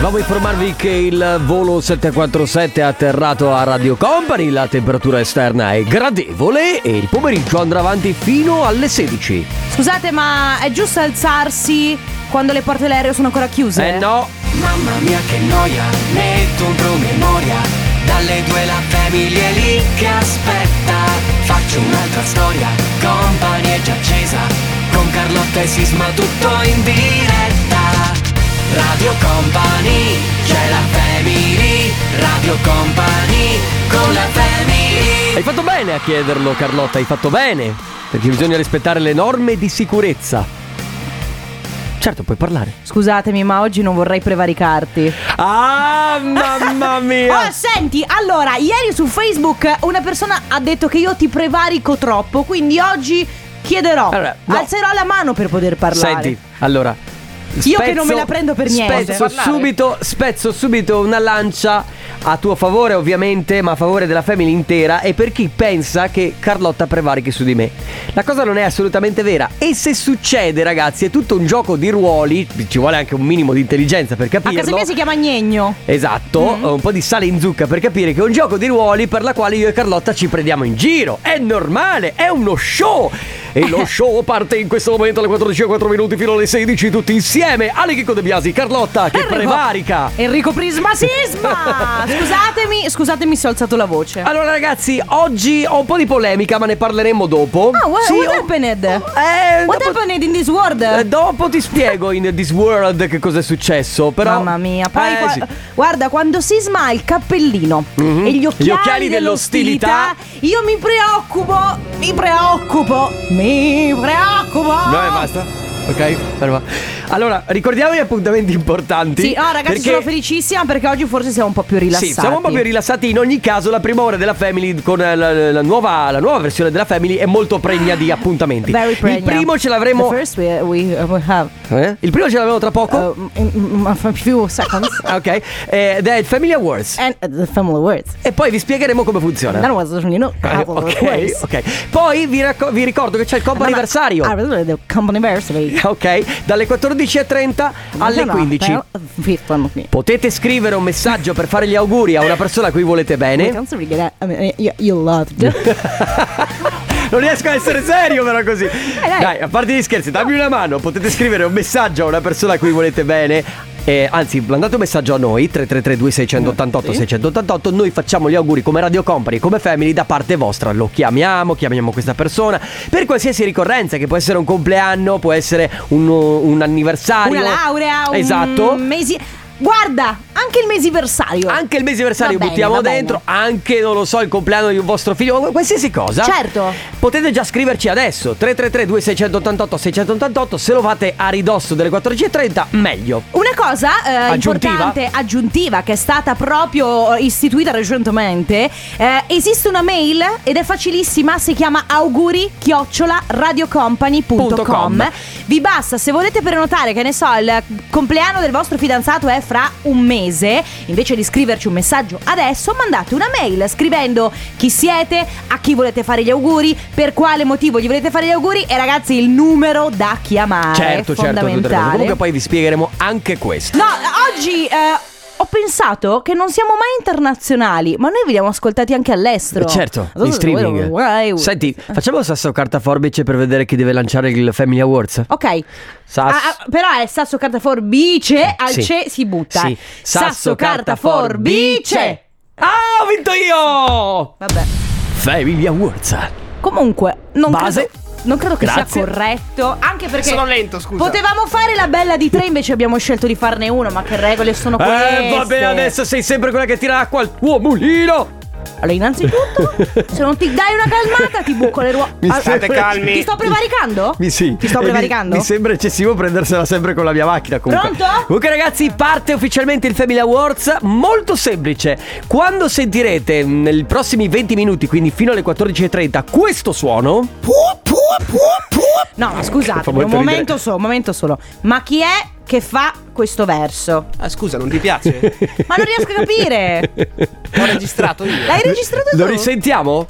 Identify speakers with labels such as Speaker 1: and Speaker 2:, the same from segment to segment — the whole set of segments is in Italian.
Speaker 1: Volevo informarvi che il volo 747 è atterrato a Radio Company, la temperatura esterna è gradevole e il pomeriggio andrà avanti fino alle 16.
Speaker 2: Scusate, ma è giusto alzarsi quando le porte dell'aereo sono ancora chiuse?
Speaker 1: Eh no,
Speaker 3: Mamma mia che noia, metto un promemoria Dalle due la famiglia è lì che aspetta Faccio un'altra storia, company è già accesa Con Carlotta e Sisma tutto in diretta Radio Company, c'è la family Radio Company, con la family
Speaker 1: hai fatto bene a chiederlo Carlotta, hai fatto bene, perché bisogna rispettare le norme di sicurezza. Certo, puoi parlare.
Speaker 2: Scusatemi, ma oggi non vorrei prevaricarti.
Speaker 1: Ah, mamma mia!
Speaker 2: Oh, senti, allora, ieri su Facebook una persona ha detto che io ti prevarico troppo, quindi oggi chiederò,
Speaker 1: Allora, no.
Speaker 2: alzerò la mano per poter parlare.
Speaker 1: Senti, allora.
Speaker 2: Io che non me la prendo per niente.
Speaker 1: Spezzo subito, spezzo subito una lancia a tuo favore, ovviamente, ma a favore della famiglia intera e per chi pensa che Carlotta prevarichi su di me. La cosa non è assolutamente vera. E se succede, ragazzi, è tutto un gioco di ruoli. Ci vuole anche un minimo di intelligenza per
Speaker 2: A
Speaker 1: capirlo.
Speaker 2: casa mia si chiama Gnegno.
Speaker 1: Esatto,
Speaker 2: Mm.
Speaker 1: un po' di sale in zucca per capire che è un gioco di ruoli per la quale io e Carlotta ci prendiamo in giro. È normale, è uno show. E lo show parte in questo momento alle 14.04 minuti fino alle 16 tutti insieme. Ale Chicco De Biasi, Carlotta che
Speaker 2: Enrico-
Speaker 1: prevarica.
Speaker 2: Enrico Prisma Sisma! scusatemi, scusatemi se ho alzato la voce.
Speaker 1: Allora ragazzi, oggi ho un po' di polemica, ma ne parleremo dopo.
Speaker 2: Ah, what, what
Speaker 1: ho-
Speaker 2: happened?
Speaker 1: Eh,
Speaker 2: what
Speaker 1: dopo-
Speaker 2: happened in this world?
Speaker 1: eh, dopo ti spiego in This World che cosa è successo, però...
Speaker 2: Mamma mia, poi
Speaker 1: Eh,
Speaker 2: qua-
Speaker 1: sì.
Speaker 2: guarda quando si sma il cappellino e gli occhiali,
Speaker 1: Mhm. Gli occhiali
Speaker 2: dell'ostilità, io mi preoccupo, mi preoccupo, mi preoccupo.
Speaker 1: No, eh, e basta. Ok, ferma. Allora, ricordiamo gli appuntamenti importanti.
Speaker 2: Sì, no, ragazzi,
Speaker 1: perché-
Speaker 2: sono felicissima perché oggi forse siamo un po' più rilassati.
Speaker 1: Sì, siamo un po' più rilassati. In ogni caso, la prima ora della Family con eh, la, la- la nuova, la nuova versione della Family è molto pregna di appuntamenti.
Speaker 2: Very
Speaker 1: Il
Speaker 2: pregnant.
Speaker 1: primo ce l'avremo.
Speaker 2: The first we, we- uh, we have
Speaker 1: Eh? Il primo ce l'avremo tra poco.
Speaker 2: uh, in- in- a few seconds
Speaker 1: Ah, Ok, Eh, ed è il Family Awards.
Speaker 2: and uh, the family words.
Speaker 1: E poi vi spiegheremo come funziona.
Speaker 2: That was you know
Speaker 1: Eh,
Speaker 2: couple of
Speaker 1: ok,
Speaker 2: words.
Speaker 1: ok. Poi vi, racco- vi ricordo che c'è il compo
Speaker 2: Ah,
Speaker 1: anniversario.
Speaker 2: ma- ah, the company anniversary.
Speaker 1: Ok, dalle 14.30 alle
Speaker 2: No, no,
Speaker 1: 15.
Speaker 2: però, fifth one.
Speaker 1: Potete scrivere un messaggio per fare gli auguri a una persona a cui volete
Speaker 2: We
Speaker 1: bene.
Speaker 2: can't really get out. I mean, you, you loved.
Speaker 1: Non riesco a essere serio, però così.
Speaker 2: Eh, dai.
Speaker 1: Dai, a parte gli scherzi, dammi una mano. Potete scrivere un messaggio a una persona a cui volete bene. Eh, anzi, mandate un messaggio a noi 333-2688-688 Noi facciamo gli auguri come Radio Company, come Family da parte vostra Lo chiamiamo, chiamiamo questa persona Per qualsiasi ricorrenza, che può essere un compleanno, può essere un, un anniversario
Speaker 2: Una laurea, un
Speaker 1: Esatto
Speaker 2: mesi. Guarda, anche il mesiversario.
Speaker 1: Anche il mesiversario
Speaker 2: Esatto. Va bene,
Speaker 1: buttiamo
Speaker 2: va bene.
Speaker 1: dentro, anche non lo so, il compleanno di un vostro figlio, ma qualsiasi cosa.
Speaker 2: Certo.
Speaker 1: Potete già scriverci adesso 333 2688 688, se lo fate a ridosso delle 14:30 meglio.
Speaker 2: Una cosa eh,
Speaker 1: Aggiuntiva?
Speaker 2: importante, aggiuntiva, che è stata proprio eh, istituita recentemente, eh, esiste una mail ed è facilissima, si chiama auguri
Speaker 1: Punto com.
Speaker 2: Vi basta, se volete prenotare, che ne so, il compleanno del vostro fidanzato è fra un mese, invece di scriverci un messaggio adesso, mandate una mail scrivendo chi siete, a chi volete fare gli auguri, per quale motivo gli volete fare gli auguri e ragazzi il numero da chiamare.
Speaker 1: certo, certo, tutte le cose.
Speaker 2: Ah, fondamentale.
Speaker 1: Comunque poi vi spiegheremo anche questo.
Speaker 2: No, oggi eh, ho pensato che non siamo mai internazionali, ma noi veniamo ascoltati anche all'estero.
Speaker 1: Certo, in streaming. Senti,
Speaker 2: Eh.
Speaker 1: facciamo sasso carta forbice per vedere chi deve lanciare il Family Awards.
Speaker 2: Ok,
Speaker 1: Sasso.
Speaker 2: Oh. Ah, ah, però è sasso, carta, forbice, al
Speaker 1: Sì.
Speaker 2: ce si butta.
Speaker 1: Sì.
Speaker 2: Sasso, carta, forbice.
Speaker 1: Ah, ho vinto io!
Speaker 2: Vabbè,
Speaker 1: Family Awards.
Speaker 2: comunque, non
Speaker 1: Base.
Speaker 2: credo... Non credo che
Speaker 1: Grazie.
Speaker 2: sia corretto, anche perché
Speaker 4: Sono lento, scusa.
Speaker 2: potevamo fare la bella di tre, invece abbiamo scelto di farne uno, ma che regole sono queste?
Speaker 1: Eh, vabbè, adesso sei sempre quella che tira acqua al tuo mulino.
Speaker 2: Allora, innanzitutto, se non ti dai una calmata, ti bucco le ruote.
Speaker 1: Mi state
Speaker 4: calmi.
Speaker 2: Ti sto prevaricando? Ti sto
Speaker 1: E mi-
Speaker 2: prevaricando?
Speaker 1: Mi, sembra eccessivo prendersela sempre con la mia macchina. Comunque.
Speaker 2: Pronto?
Speaker 1: Comunque, ragazzi, parte ufficialmente il Family Awards. Molto semplice. Quando sentirete mh, nei prossimi 20 minuti, quindi fino alle 14.30, questo suono.
Speaker 2: No, ma scusate,
Speaker 1: Fa
Speaker 2: un
Speaker 1: molto
Speaker 2: momento
Speaker 1: ridere.
Speaker 2: solo, un momento solo. Ma chi è che fa questo verso?
Speaker 4: Ah, scusa, non ti piace?
Speaker 2: Ma non riesco a capire.
Speaker 4: L'ho registrato io.
Speaker 2: L'hai registrato tu?
Speaker 1: Lo risentiamo?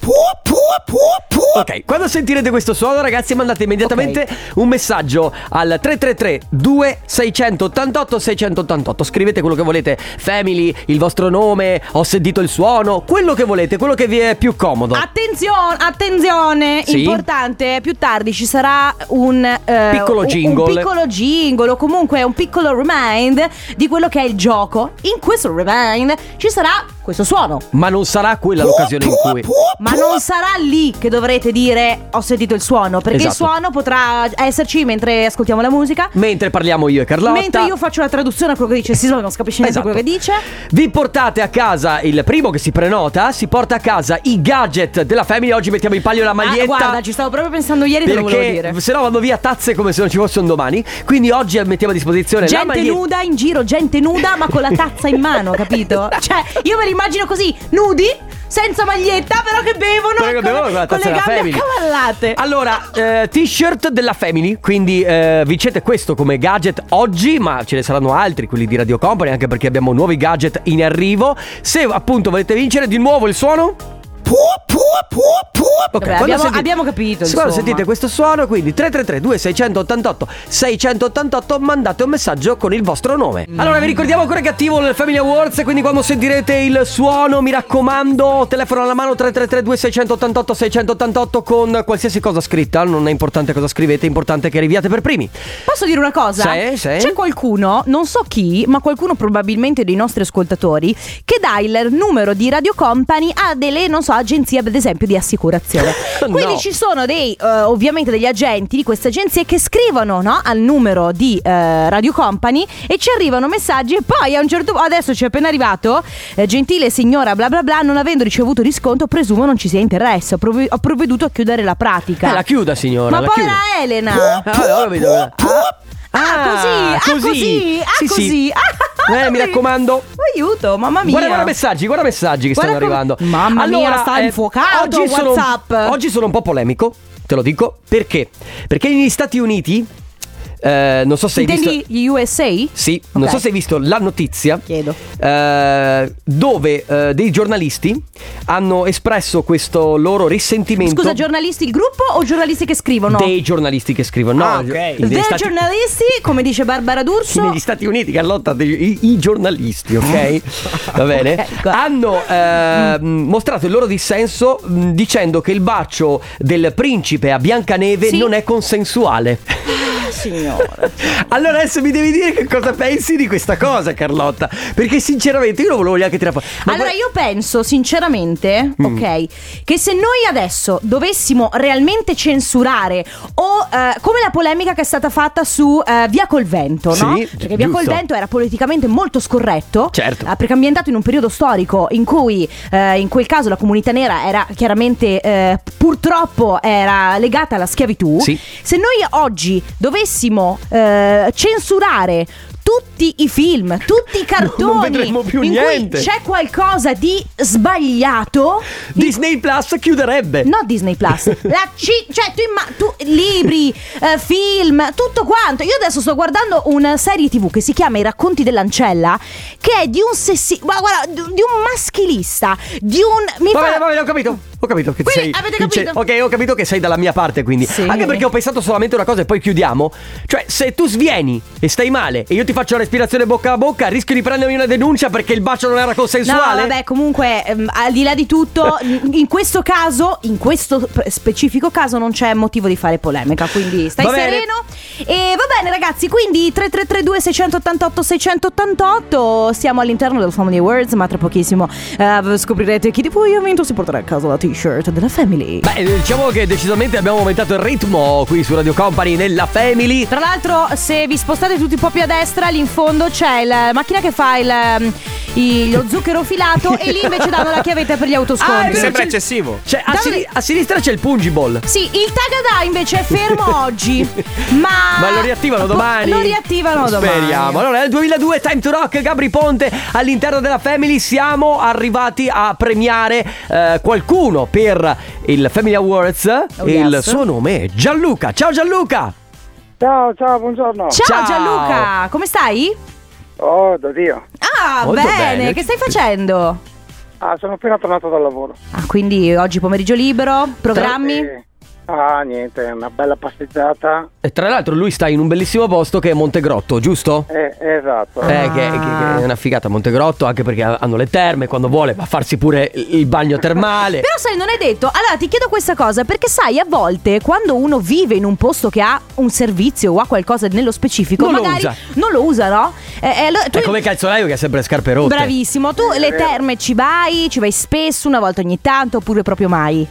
Speaker 1: Ok, quando sentirete questo suono, ragazzi, mandate immediatamente un messaggio al 333 2688 688. Scrivete quello che volete, family, il vostro nome, ho sentito il suono, quello che volete, quello che vi è più comodo.
Speaker 2: Attenzione, attenzione,
Speaker 1: Sì?
Speaker 2: importante, più tardi ci sarà un eh,
Speaker 1: Piccolo
Speaker 2: un-
Speaker 1: jingle.
Speaker 2: un piccolo jingle o comunque un piccolo remind di quello che è il gioco. In questo remind ci sarà questo suono.
Speaker 1: Ma non sarà quella l'occasione in cui
Speaker 2: Ma non sarà lì che dovrete dire ho sentito il suono, perché il
Speaker 1: Esatto.
Speaker 2: suono potrà esserci mentre ascoltiamo la musica,
Speaker 1: mentre parliamo io e Carlotta
Speaker 2: mentre io faccio la traduzione a quello che dice il Sisma, non si capisce niente
Speaker 1: Esatto.
Speaker 2: quello che dice.
Speaker 1: Vi portate a casa il primo che si prenota, si porta a casa i gadget della famiglia. Oggi mettiamo in palio la maglietta.
Speaker 2: Ah, guarda, ci stavo proprio pensando ieri, te lo volevo dire.
Speaker 1: Perché se no vanno via tazze come se non ci fossero un domani. Quindi oggi mettiamo a disposizione la
Speaker 2: Gente
Speaker 1: maglietta.
Speaker 2: nuda in giro, gente nuda ma con la tazza in mano, capito?
Speaker 1: Esatto.
Speaker 2: Cioè, io me li immagino così, nudi, senza maglietta, però che bevono
Speaker 1: Prego,
Speaker 2: con,
Speaker 1: bevono con la
Speaker 2: con
Speaker 1: tazza
Speaker 2: le
Speaker 1: della
Speaker 2: gambe
Speaker 1: Family.
Speaker 2: accavallate.
Speaker 1: Allora, eh, t-shirt della Family, quindi eh, vincete questo come gadget oggi, ma ce ne saranno altri, quelli di Radio Company, anche perché abbiamo nuovi gadget in arrivo. Se appunto volete vincere di nuovo il suono... Puh, puh, puh, puh. Ok,
Speaker 2: Vabbè,
Speaker 1: quando
Speaker 2: abbiamo- abbiamo capito,
Speaker 1: Quando
Speaker 2: insomma.
Speaker 1: sentite questo suono, quindi 333-2688-688 mandate un messaggio con il vostro nome.
Speaker 2: Mm.
Speaker 1: Allora, vi ricordiamo ancora che è attivo nel Family Awards, quindi quando sentirete il suono, mi raccomando, telefono alla mano 333-2688-688 con qualsiasi cosa scritta, non è importante cosa scrivete, è importante che arriviate per primi.
Speaker 2: Posso dire una cosa?
Speaker 1: Sì, sì.
Speaker 2: C'è qualcuno, non so chi, ma qualcuno probabilmente dei nostri ascoltatori, che dà il numero di Radio Company a delle, non so, agenzie, ad esempio, di assicurazione.
Speaker 1: No.
Speaker 2: Quindi ci sono dei, eh, ovviamente, degli agenti di queste agenzie che scrivono no, al numero di eh, Radio Company e ci arrivano messaggi e poi a un certo punto, adesso ci è appena arrivato, eh, gentile signora bla bla bla, non avendo ricevuto riscontro, presumo non ci sia interesse, ho, prov- ho provveduto a chiudere la pratica.
Speaker 1: Eh, la chiuda signora,
Speaker 2: Ma
Speaker 1: la
Speaker 2: povera
Speaker 1: chiuda.
Speaker 2: Elena!
Speaker 1: Ah, allora ho capito. Ah.
Speaker 2: Ah, così, ah, così, ah,
Speaker 1: Sì, sì.
Speaker 2: così. Ah,
Speaker 1: Eh, mi raccomando.
Speaker 2: Aiuto, mamma mia.
Speaker 1: Guarda, guarda messaggi, guarda messaggi che
Speaker 2: Guarda
Speaker 1: stanno
Speaker 2: com-
Speaker 1: arrivando. eh,
Speaker 2: Mamma mia, sta infuocato
Speaker 1: oggi sono-
Speaker 2: WhatsApp.
Speaker 1: oggi sono un po' polemico, te lo dico. Perché? Perché negli Stati Uniti, eh, non so se hai
Speaker 2: Intendi
Speaker 1: visto...
Speaker 2: gli USA?
Speaker 1: Sì, non
Speaker 2: Ok.
Speaker 1: so se hai visto la notizia
Speaker 2: Chiedo.
Speaker 1: eh, dove eh, dei giornalisti hanno espresso questo loro risentimento
Speaker 2: Scusa, giornalisti il gruppo o giornalisti che scrivono?
Speaker 1: dei giornalisti che scrivono.
Speaker 4: Ah,
Speaker 1: No,
Speaker 4: ok.
Speaker 1: negli
Speaker 2: The
Speaker 1: Stati-
Speaker 2: giornalisti, come dice Barbara
Speaker 1: Sì,
Speaker 2: D'Urso.
Speaker 1: negli Stati Uniti, Carlotta, dei- i, i giornalisti, ok? Va bene?
Speaker 2: Ok, guarda.
Speaker 1: Hanno eh, mostrato il loro dissenso mh, dicendo che il bacio del principe a Biancaneve
Speaker 2: Sì.
Speaker 1: non è consensuale.
Speaker 2: Signore.
Speaker 1: Allora adesso mi devi dire che cosa pensi di questa cosa, Carlotta. Perché sinceramente io non volevo neanche tirare fuori. Ma Mm.
Speaker 2: Allora
Speaker 1: guarda-
Speaker 2: io penso sinceramente, ok, che se noi adesso dovessimo realmente censurare o eh, come la polemica che è stata fatta su eh, Via Col Vento, no?
Speaker 1: Sì,
Speaker 2: Perché Via Col
Speaker 1: giusto.
Speaker 2: Vento era politicamente molto scorretto,
Speaker 1: Certo.
Speaker 2: eh, perché ambientato in un periodo storico in cui eh, in quel caso la comunità nera era chiaramente eh, purtroppo era legata alla schiavitù.
Speaker 1: Sì.
Speaker 2: Se noi oggi dovessimo eh, censurare tutti i film, tutti i cartoni
Speaker 1: vedremo più
Speaker 2: in
Speaker 1: niente.
Speaker 2: cui c'è qualcosa di sbagliato.
Speaker 1: Disney Plus chiuderebbe.
Speaker 2: No Disney Plus, la C, cioè tu, imma- tu- libri, eh, film, tutto quanto. Io adesso sto guardando una serie TV che si chiama I racconti dell'ancella, che è di un sessi, ma guarda, di di un maschilista, di un mi
Speaker 1: Va
Speaker 2: fa-
Speaker 1: bene, va bene, ho capito. Ho capito che
Speaker 2: Quindi
Speaker 1: sei.
Speaker 2: avete
Speaker 1: che c'è-
Speaker 2: capito?
Speaker 1: ok, ho capito che sei dalla mia parte, quindi.
Speaker 2: Sì.
Speaker 1: Anche perché ho pensato solamente una cosa e poi chiudiamo. Cioè, se tu svieni e stai male e io ti faccio la respirazione bocca a bocca, rischio di prendermi una denuncia perché il bacio non era
Speaker 2: No,
Speaker 1: consensuale.
Speaker 2: vabbè, comunque, ehm, al di là di tutto, in questo caso, in questo pre- specifico caso, non c'è motivo di fare polemica. Quindi stai
Speaker 1: Va bene.
Speaker 2: sereno. E va bene, ragazzi. Quindi 3332 688 688. Siamo all'interno del Family Awards, ma tra pochissimo eh, scoprirete chi di voi ha vinto. Si porterà a casa la t-shirt della Family.
Speaker 1: Beh, eh, diciamo che decisamente abbiamo aumentato il ritmo qui su Radio Company nella Family.
Speaker 2: Tra l'altro, se vi spostate tutti un po' più a destra, lì in fondo c'è la macchina che fa il, ehm, il- lo zucchero filato e lì invece danno la chiavetta per gli
Speaker 1: Ah, è
Speaker 2: autoscontri.
Speaker 4: Mi
Speaker 1: vero,
Speaker 4: sembra
Speaker 1: c'è-
Speaker 4: eccessivo.
Speaker 1: Cioè, a,
Speaker 2: Dove-
Speaker 1: sini- a sinistra c'è il Pungiball.
Speaker 2: Sì, il Tagada invece è fermo oggi. Ma.
Speaker 1: Ma lo riattivano
Speaker 2: Po-
Speaker 1: domani?
Speaker 2: Ah, Lo riattivano domani.
Speaker 1: Speriamo. Allora, nel 2002 Time to Rock, Gabri Ponte, all'interno della Family siamo arrivati a premiare eh, qualcuno per il Family Awards.
Speaker 2: Oh,
Speaker 1: il
Speaker 2: yes.
Speaker 1: suo nome è Gianluca. Ciao Gianluca!
Speaker 5: Ciao, ciao, buongiorno.
Speaker 2: Ciao,
Speaker 1: Ciao.
Speaker 2: Gianluca, come stai?
Speaker 5: Oh, da Dio.
Speaker 2: Ah,
Speaker 1: Molto
Speaker 2: bene.
Speaker 1: bene.
Speaker 2: che stai facendo?
Speaker 5: Ah, sono appena tornato dal lavoro.
Speaker 2: Ah, Quindi oggi pomeriggio libero, programmi?
Speaker 5: Eh, ah, niente, una bella passeggiata.
Speaker 1: E tra l'altro lui sta in un bellissimo posto che è Montegrotto, giusto?
Speaker 5: Eh, esatto.
Speaker 2: Ah.
Speaker 1: Eh, che, che- che è una figata Montegrotto, anche perché ha- hanno le terme, quando vuole va a farsi pure il il bagno termale.
Speaker 2: Però sai, non è detto. Allora ti chiedo questa cosa, perché sai, a volte quando uno vive in un posto che ha un servizio o ha qualcosa nello specifico,
Speaker 1: Non lo
Speaker 2: magari
Speaker 1: usa.
Speaker 2: non lo usa, no? Eh, eh, allora, tu-
Speaker 1: È come il calzolaio che ha sempre le scarpe rotte.
Speaker 2: Bravissimo, tu le terme ci vai, ci vai spesso, una volta ogni tanto oppure proprio mai?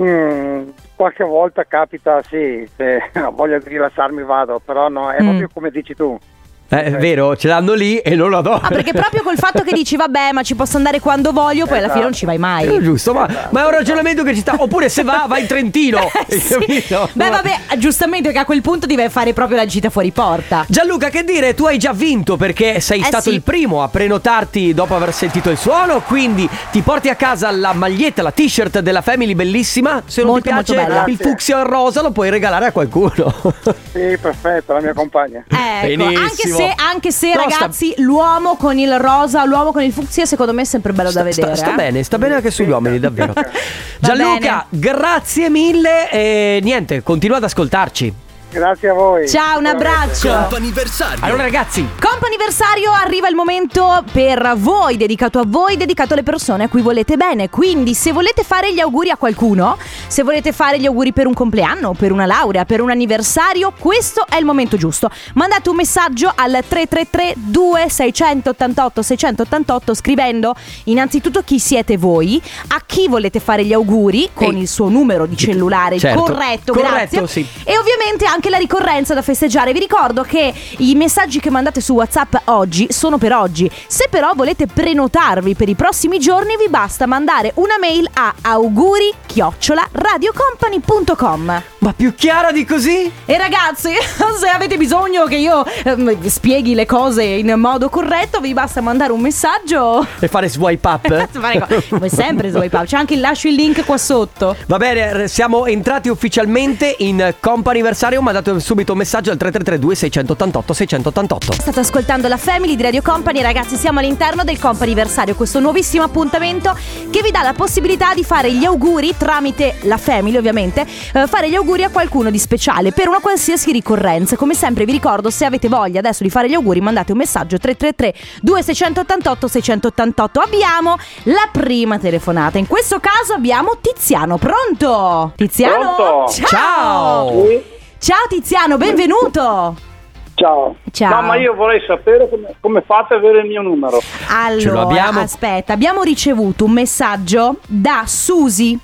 Speaker 5: Mm, qualche volta capita, sì, se ho voglia di rilassarmi vado, però no, è
Speaker 2: Mm.
Speaker 5: proprio come dici tu.
Speaker 1: Eh, È vero, ce l'hanno lì e non lo adoro.
Speaker 2: Ah, perché proprio col fatto che dici vabbè, ma ci posso andare quando voglio, poi alla fine non ci vai
Speaker 1: Eh,
Speaker 2: mai.
Speaker 1: giusto, ma, ma è un ragionamento che ci sta. Oppure se va, va in Trentino.
Speaker 2: Eh,
Speaker 1: Hai
Speaker 2: sì.
Speaker 1: capito?
Speaker 2: Beh, vabbè, giustamente che a quel punto devi fare proprio la gita fuori porta.
Speaker 1: Gianluca, che dire? Tu hai già vinto perché sei
Speaker 2: Eh,
Speaker 1: stato
Speaker 2: sì.
Speaker 1: il primo a prenotarti dopo aver sentito il suono. Quindi ti porti a casa la maglietta, la t-shirt della Family, bellissima. Se non
Speaker 2: Molto,
Speaker 1: ti piace
Speaker 2: molto bella.
Speaker 1: il fucsia o il rosa, lo puoi regalare a qualcuno.
Speaker 5: Sì, perfetto, la mia compagna.
Speaker 2: Ecco, anche
Speaker 1: Benissimo.
Speaker 2: se, anche se
Speaker 1: No, sta-
Speaker 2: ragazzi, l'uomo con il rosa, l'uomo con il fucsia, secondo me è sempre bello da
Speaker 1: Sta- sta-
Speaker 2: vedere.
Speaker 1: Sta,
Speaker 2: eh.
Speaker 1: bene, sta bene anche sugli uomini, davvero. Gianluca, grazie mille e niente, continua ad ascoltarci.
Speaker 5: Grazie a voi.
Speaker 2: Ciao,
Speaker 1: Ecco.
Speaker 2: un abbraccio.
Speaker 1: Allora ragazzi,
Speaker 2: Comp'anniversario, arriva il momento per voi, dedicato a voi, dedicato alle persone a cui volete bene. Quindi, se volete fare gli auguri a qualcuno, se volete fare gli auguri per un compleanno, per una laurea, per un anniversario, questo è il momento giusto. Mandate un messaggio al 333-2688-688 scrivendo innanzitutto chi siete voi, a chi volete fare gli auguri con
Speaker 1: Ehi.
Speaker 2: il suo numero di cellulare
Speaker 1: Certo.
Speaker 2: corretto,
Speaker 1: Corretto,
Speaker 2: grazie.
Speaker 1: sì.
Speaker 2: E ovviamente anche la ricorrenza da festeggiare. Vi ricordo che i messaggi che mandate su WhatsApp oggi sono per oggi. Se però volete prenotarvi per i prossimi giorni, vi basta mandare una mail a auguri-radiocompany.com.
Speaker 1: ma più chiara di così?
Speaker 2: E ragazzi, se avete bisogno che io ehm, vi spieghi le cose in modo corretto, vi basta mandare un messaggio.
Speaker 1: E fare swipe up?
Speaker 2: Fare co- Come sempre, swipe up. C'è anche il lascio il link qua sotto.
Speaker 1: Va bene, r- siamo entrati ufficialmente in compa anniversario, mandate subito un messaggio al 3332 688 688.
Speaker 2: State ascoltando la Family di Radio Company, ragazzi, siamo all'interno del Companiversario, questo nuovissimo appuntamento che vi dà la possibilità di fare gli auguri tramite la Family, ovviamente, eh, fare gli auguri a qualcuno di speciale per una qualsiasi ricorrenza. Come sempre vi ricordo, se avete voglia adesso di fare gli auguri, mandate un messaggio 333 2688 688. Abbiamo la prima telefonata. In questo caso abbiamo Tiziano, pronto? Tiziano?
Speaker 5: Pronto.
Speaker 2: Ciao!
Speaker 1: Ciao!
Speaker 2: Ciao Tiziano, benvenuto!
Speaker 5: Ciao.
Speaker 2: Ciao.
Speaker 5: No, ma io vorrei sapere come, come fate ad avere il mio numero.
Speaker 2: Allora,
Speaker 1: Ce lo abbiamo?
Speaker 2: aspetta, abbiamo ricevuto un messaggio da Susi.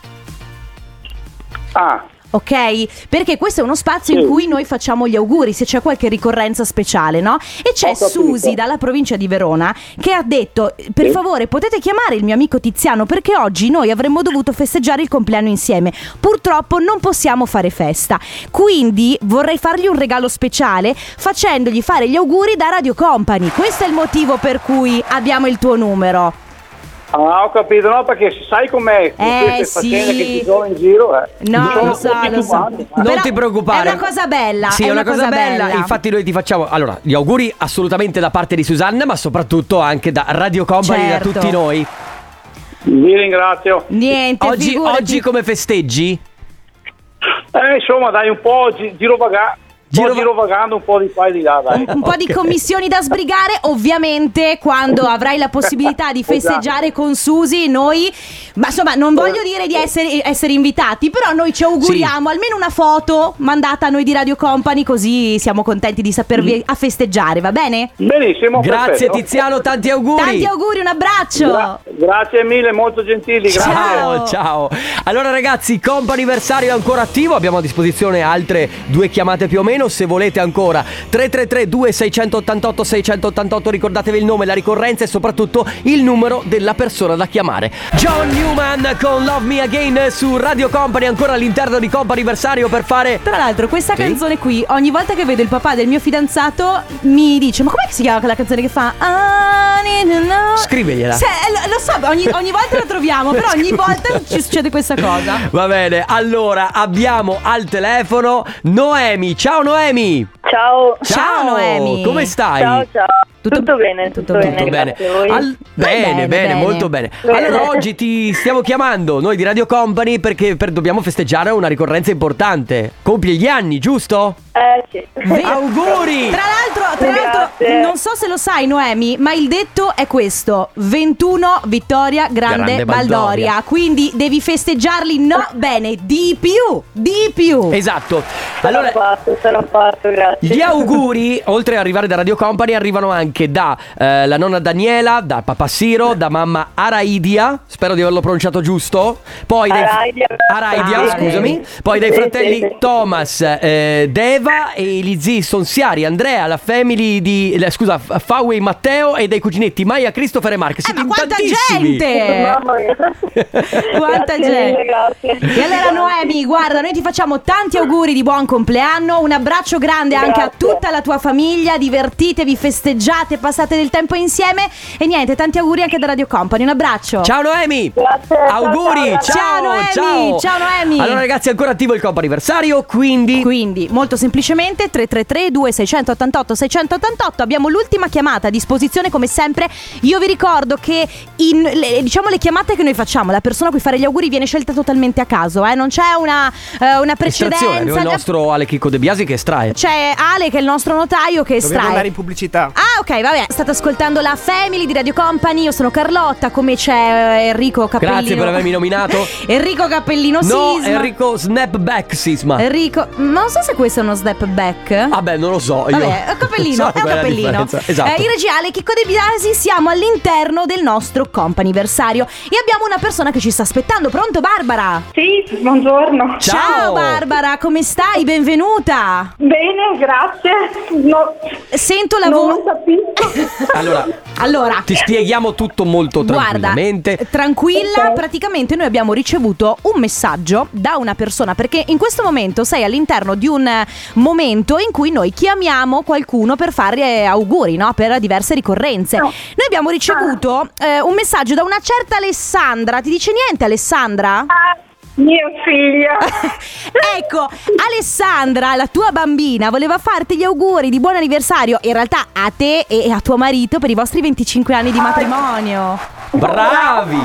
Speaker 5: Ah,
Speaker 2: Ok? Perché questo è uno spazio in
Speaker 5: Sì.
Speaker 2: cui noi facciamo gli auguri se c'è qualche ricorrenza speciale, no? E c'è
Speaker 5: Ho capito.
Speaker 2: Susi dalla provincia di Verona che ha detto: Per
Speaker 5: Sì.
Speaker 2: favore, potete chiamare il mio amico Tiziano perché oggi noi avremmo dovuto festeggiare il compleanno insieme. Purtroppo non possiamo fare festa. Quindi vorrei fargli un regalo speciale facendogli fare gli auguri da Radio Company. Questo è il motivo per cui abbiamo il tuo numero.
Speaker 5: ah, ho capito, no, perché sai com'è con
Speaker 2: Eh,
Speaker 5: queste
Speaker 2: sì.
Speaker 5: faccende che ci sono in giro. Eh.
Speaker 2: No,
Speaker 5: Sono
Speaker 2: lo so,
Speaker 5: tutti
Speaker 2: lo so.
Speaker 5: quanti, ma-
Speaker 1: Non
Speaker 2: Però
Speaker 1: ti preoccupare.
Speaker 2: È una cosa bella.
Speaker 1: Sì, è una, cosa, bella. Infatti noi ti facciamo Allora, gli auguri assolutamente da parte di Susanna, ma soprattutto anche da Radio Company
Speaker 2: Certo.
Speaker 1: da tutti noi.
Speaker 5: Vi ringrazio.
Speaker 2: Niente,
Speaker 1: Oggi,
Speaker 2: figurati.
Speaker 1: oggi come festeggi?
Speaker 5: Eh, insomma, dai, un po' gi- girovaga-
Speaker 1: Girova-
Speaker 5: un po' girovagando, un po' di qua e di là, dai.
Speaker 2: un po' di
Speaker 1: Ok.
Speaker 2: commissioni da sbrigare, ovviamente quando avrai la possibilità di festeggiare
Speaker 1: Esatto.
Speaker 2: con Susi noi, ma insomma non voglio dire di essere, essere invitati, però noi ci auguriamo almeno una foto mandata a noi di Radio Company così siamo contenti di
Speaker 1: Mm.
Speaker 2: sapervi a festeggiare, va bene?
Speaker 5: Benissimo,
Speaker 1: Grazie
Speaker 5: perfetto.
Speaker 1: Tiziano, tanti auguri.
Speaker 2: Tanti auguri, un abbraccio!
Speaker 5: Gra- grazie mille, molto gentili, grazie.
Speaker 1: Ciao, ciao. Allora ragazzi, compa anniversario è ancora attivo, abbiamo a disposizione altre due chiamate più o meno, se volete ancora 333 2688 688, ricordatevi il nome, la ricorrenza e soprattutto il numero della persona da chiamare. John Newman con Love Me Again su Radio Company, ancora all'interno di compa anniversario per fare...
Speaker 2: Tra l'altro, questa
Speaker 1: Sì.
Speaker 2: canzone qui, ogni volta che vedo il papà del mio fidanzato, mi dice: Ma com'è che si chiama quella canzone che fa? Ah, ni, ni, no?"
Speaker 1: Scrivegliela.
Speaker 2: Cioè, lo, lo so, ogni, ogni volta la troviamo, però ogni volta ci succede questa cosa.
Speaker 1: Va bene, allora abbiamo al telefono Noemi. Ciao Noemi!
Speaker 4: Ciao.
Speaker 2: Ciao, Noemi.
Speaker 1: Come stai?
Speaker 4: Ciao, ciao. Tutto bene, tutto bene,
Speaker 1: Tutto bene.
Speaker 4: grazie a voi.
Speaker 1: Al-
Speaker 2: Va
Speaker 1: bene,
Speaker 2: bene,
Speaker 1: bene,
Speaker 2: bene.
Speaker 1: molto bene.
Speaker 4: Bene.
Speaker 1: Allora oggi ti stiamo chiamando noi di Radio Company perché per- dobbiamo festeggiare una ricorrenza importante. Compie gli anni, giusto?
Speaker 4: Eh, sì.
Speaker 2: Vero.
Speaker 1: Auguri!
Speaker 2: Tra l'altro, tra l'altro,
Speaker 4: Grazie.
Speaker 2: non so se lo sai Noemi, ma il detto è questo: 21 vittoria grande,
Speaker 1: Grande
Speaker 2: Baldoria.
Speaker 1: Baldoria.
Speaker 2: Quindi devi festeggiarli no bene, di più, di più.
Speaker 1: Esatto.
Speaker 4: Sarà
Speaker 1: Allora
Speaker 4: fatto, sarà fatto, grazie.
Speaker 1: Gli auguri, oltre ad arrivare da Radio Company, arrivano anche da eh, la nonna Daniela, da papà Siro, da mamma Araidia, spero di averlo pronunciato giusto. Poi dai,
Speaker 4: Araidia.
Speaker 1: Araidia,
Speaker 2: Ah,
Speaker 1: scusami. Poi dai
Speaker 4: Sì,
Speaker 1: fratelli
Speaker 4: sì, sì.
Speaker 1: Thomas, eh, Deva e gli zii Sonsiari, Andrea, la family di la- scusa, Fawe e Matteo e dai cuginetti Maya, Christopher e Mark.
Speaker 2: Eh,
Speaker 1: Siete
Speaker 2: ma
Speaker 1: in
Speaker 2: quanta
Speaker 1: tantissimi.
Speaker 2: gente!
Speaker 4: Mamma mia.
Speaker 2: Quanta
Speaker 4: Grazie
Speaker 2: gente.
Speaker 4: mille, grazie.
Speaker 2: E allora Noemi, guarda, noi ti facciamo tanti auguri di buon compleanno, un abbraccio grande anche a
Speaker 4: Grazie.
Speaker 2: tutta la tua famiglia, divertitevi, festeggiate, passate del tempo insieme e niente, tanti auguri anche da Radio Company, un abbraccio.
Speaker 1: Ciao Noemi!
Speaker 4: Grazie, ciao,
Speaker 1: Auguri!
Speaker 4: ciao,
Speaker 1: Ciao,
Speaker 2: ragazzi. Ciao, Noemi, ciao, Noemi.
Speaker 1: Allora ragazzi, è ancora attivo il compo anniversario, quindi
Speaker 2: Quindi, molto semplicemente, 333-2688-688, abbiamo l'ultima chiamata a disposizione come sempre. Io vi ricordo che in- le, diciamo le chiamate che noi facciamo, la persona a cui fare gli auguri viene scelta totalmente a caso, eh? non c'è una, eh, una
Speaker 1: Estrazione,
Speaker 2: precedenza.
Speaker 1: abbiamo il nostro Ale Chicco De Biasi che estrae.
Speaker 2: C'è Ale che è il nostro notaio che estrae.
Speaker 6: Dobbiamo andare in pubblicità.
Speaker 2: Ah, ok, vabbè. State ascoltando la Family di Radio Company. Io sono Carlotta, come c'è eh, Enrico Cappellino.
Speaker 1: Grazie per avermi nominato.
Speaker 2: Enrico Cappellino
Speaker 1: no,
Speaker 2: Sisma.
Speaker 1: Enrico Snapback Sisma.
Speaker 2: Enrico, ma non so se questo è uno step back.
Speaker 1: Ah beh, non lo so. Io.
Speaker 2: Vabbè, è un
Speaker 1: So
Speaker 2: cappellino, è un
Speaker 1: qual la
Speaker 2: cappellino.
Speaker 1: differenza. Esatto.
Speaker 2: Eh, in regia Ale Chicco De Biasi siamo all'interno del nostro comp'anniversario e abbiamo una persona che ci sta aspettando. Pronto Barbara?
Speaker 4: Sì, buongiorno.
Speaker 1: Ciao.
Speaker 2: Barbara, come stai? Benvenuta.
Speaker 4: Bene, grazie. No,
Speaker 2: Sento la
Speaker 4: non
Speaker 2: voce.
Speaker 4: lo capisco.
Speaker 1: Allora,
Speaker 2: Allora,
Speaker 1: ti spieghiamo tutto molto
Speaker 2: Guarda, eh,
Speaker 1: tranquillamente.
Speaker 2: tranquilla,
Speaker 4: Ok.
Speaker 2: praticamente noi abbiamo ricevuto un messaggio da una persona perché in questo momento sei all'interno di un eh, momento in cui noi chiamiamo qualcuno per fare auguri, no? Per diverse ricorrenze.
Speaker 4: No. Ah.
Speaker 2: Noi abbiamo ricevuto eh, un messaggio da una certa Alessandra. Ti dice niente Alessandra?
Speaker 4: Ah, mio figlio.
Speaker 2: Ecco, Alessandra, la tua bambina, voleva farti gli auguri di buon anniversario, in realtà a te e a tuo marito per i vostri 25 anni di
Speaker 4: Ah.
Speaker 2: matrimonio.
Speaker 1: Bravi.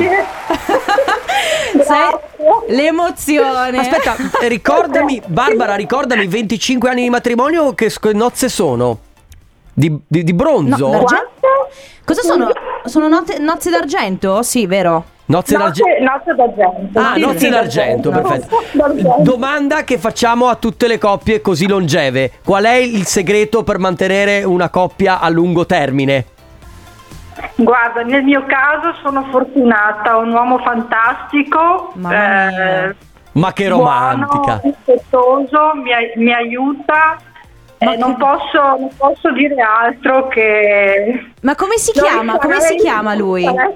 Speaker 2: Sai,
Speaker 4: Grazie.
Speaker 2: l'emozione.
Speaker 1: Aspetta, eh, ricordami, Barbara, ricordami 25 anni di matrimonio che sc- nozze sono? Di, di- di bronzo?
Speaker 2: No, d'argento.
Speaker 4: Quanto?
Speaker 2: Cosa sono? Sono note- nozze d'argento? Sì, vero.
Speaker 1: nozze d'argento.
Speaker 4: Notte, notte d'argento.
Speaker 1: Ah,
Speaker 4: Sì,
Speaker 1: nozze
Speaker 4: sì,
Speaker 1: d'argento, perfetto.
Speaker 4: D'argento.
Speaker 1: Domanda che facciamo a tutte le coppie così longeve. Qual è il segreto per mantenere una coppia a lungo termine?
Speaker 7: Guarda, nel mio caso sono fortunata, ho un uomo fantastico, eh,
Speaker 2: Mamma mia.
Speaker 1: Ma che romantica.
Speaker 7: buono, rispettoso, mi, ai- mi aiuta.
Speaker 2: Ma che-
Speaker 7: Eh, non, posso, non posso dire altro che...
Speaker 2: Ma come si chiama? Come si chiama lui?
Speaker 1: Come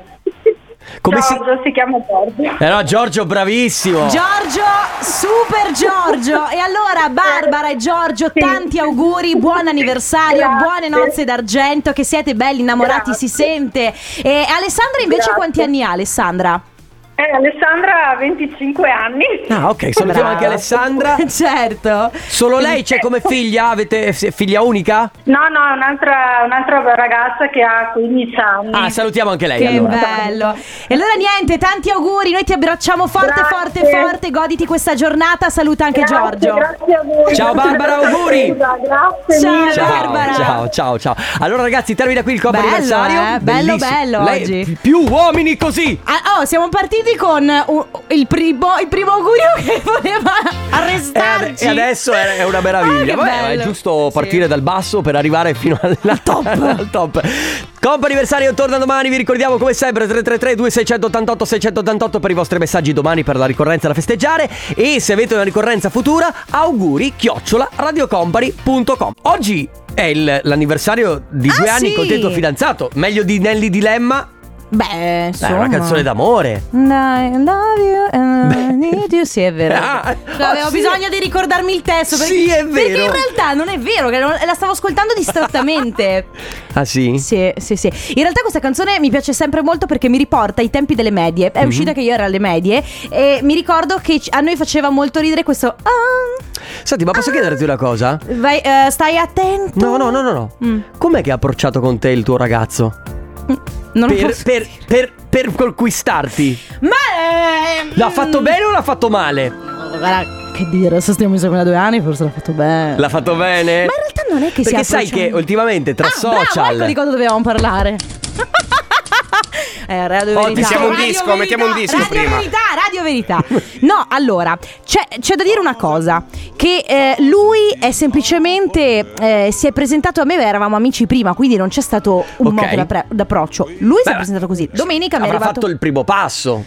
Speaker 7: Come
Speaker 1: si-
Speaker 7: Giorgio, si... chiama Giorgio.
Speaker 1: Eh no, Giorgio, bravissimo.
Speaker 2: Giorgio, super Giorgio. E allora Barbara e Giorgio,
Speaker 7: Sì.
Speaker 2: tanti auguri, buon anniversario,
Speaker 7: Grazie.
Speaker 2: buone nozze d'argento, che siete belli innamorati, si
Speaker 7: Grazie.
Speaker 2: sente. E Alessandra invece
Speaker 7: Grazie.
Speaker 2: quanti anni ha Alessandra?
Speaker 7: Eh, Alessandra ha 25 anni.
Speaker 1: ah, ok, salutiamo
Speaker 2: Brava.
Speaker 1: anche Alessandra.
Speaker 2: certo.
Speaker 1: Solo lei c'è come figlia? Avete è figlia unica?
Speaker 7: No, no, è un'altra, un'altra ragazza che ha 15 anni.
Speaker 1: Ah, salutiamo anche lei
Speaker 2: Che
Speaker 1: allora.
Speaker 2: bello. E allora niente, tanti auguri, noi ti abbracciamo forte,
Speaker 7: Grazie.
Speaker 2: forte, forte, goditi questa giornata, saluta anche
Speaker 7: Grazie,
Speaker 2: Giorgio.
Speaker 7: Grazie a voi.
Speaker 1: Ciao, Barbara, auguri.
Speaker 7: Grazie
Speaker 2: Ciao.
Speaker 7: mille.
Speaker 1: Ciao,
Speaker 2: Barbara.
Speaker 1: ciao, ciao, ciao. Allora ragazzi, termina qui il compo
Speaker 2: Bello,
Speaker 1: anniversario.
Speaker 2: eh? Bello,
Speaker 1: Bellissimo.
Speaker 2: bello
Speaker 1: Lei-
Speaker 2: oggi.
Speaker 1: Più uomini così.
Speaker 2: Ah, oh, siamo partiti con uh, il, primo, il primo augurio che voleva
Speaker 1: E ade-
Speaker 2: arrestarci.
Speaker 1: Eh, E adesso è è una meraviglia.
Speaker 2: Ah, che
Speaker 1: Vabbè, ma è
Speaker 2: bello.
Speaker 1: giusto
Speaker 2: Sì.
Speaker 1: partire dal basso per arrivare fino alla top. al top. Compa anniversario torna domani, vi ricordiamo come sempre 333 2688 688 per i vostri messaggi domani per la ricorrenza da festeggiare e se avete una ricorrenza futura auguri chiocciola radiocompany.com. Oggi è il- l'anniversario di
Speaker 2: Ah,
Speaker 1: due anni
Speaker 2: sì.
Speaker 1: con il tuo fidanzato, meglio di Nelly Dilemma,
Speaker 2: Beh,
Speaker 1: Beh, è
Speaker 2: insomma.
Speaker 1: una canzone d'amore.
Speaker 2: Dai, I love you and I need you. Sì, è vero.
Speaker 1: Ah,
Speaker 2: Cioè, avevo
Speaker 1: ah, sì.
Speaker 2: bisogno di ricordarmi il testo. Perché,
Speaker 1: Sì, è vero.
Speaker 2: Perché in realtà non è vero, che non- la stavo ascoltando distrattamente.
Speaker 1: Ah sì?
Speaker 2: Sì, sì, sì. In realtà questa canzone mi piace sempre molto perché mi riporta ai tempi delle medie.
Speaker 1: Mhm.
Speaker 2: È uscita che io ero alle medie e mi ricordo che ci- a noi faceva molto ridere questo "Ah".
Speaker 1: Senti, ma posso chiederti una cosa?
Speaker 2: Vai, eh, stai attento.
Speaker 1: Ah?" No, no, no, no, no.
Speaker 2: Mm.
Speaker 1: Com'è che ha approcciato con te il tuo ragazzo?
Speaker 2: Non lo
Speaker 1: per,
Speaker 2: posso-
Speaker 1: per, per, per conquistarti.
Speaker 2: Ma eh,
Speaker 1: L'ha
Speaker 2: mm,
Speaker 1: fatto bene o l'ha fatto male?
Speaker 2: Guarda, che dire, se stiamo insieme da due anni, forse l'ha fatto bene.
Speaker 1: L'ha fatto bene?
Speaker 2: Ma in realtà non è che
Speaker 1: Perché
Speaker 2: sia
Speaker 1: sai che ultimamente tra
Speaker 2: ah, bravo,
Speaker 1: social
Speaker 2: ecco di cosa dovevamo parlare. Eh, radio
Speaker 1: Oh,
Speaker 2: verità.
Speaker 1: mettiamo un
Speaker 2: Radio
Speaker 6: disco,
Speaker 2: Verità,
Speaker 6: mettiamo un disco
Speaker 2: radio
Speaker 6: prima.
Speaker 2: verità, radio verità. No, allora, c'è, c'è da dire una cosa: che eh, lui è semplicemente eh, si è presentato a me, eravamo amici prima, quindi non c'è stato un
Speaker 1: Ok.
Speaker 2: modo d'appre- d'approccio. Lui si
Speaker 1: Beh,
Speaker 2: è presentato così. Domenica mi è
Speaker 1: avrà
Speaker 2: arrivato.
Speaker 1: fatto il primo passo.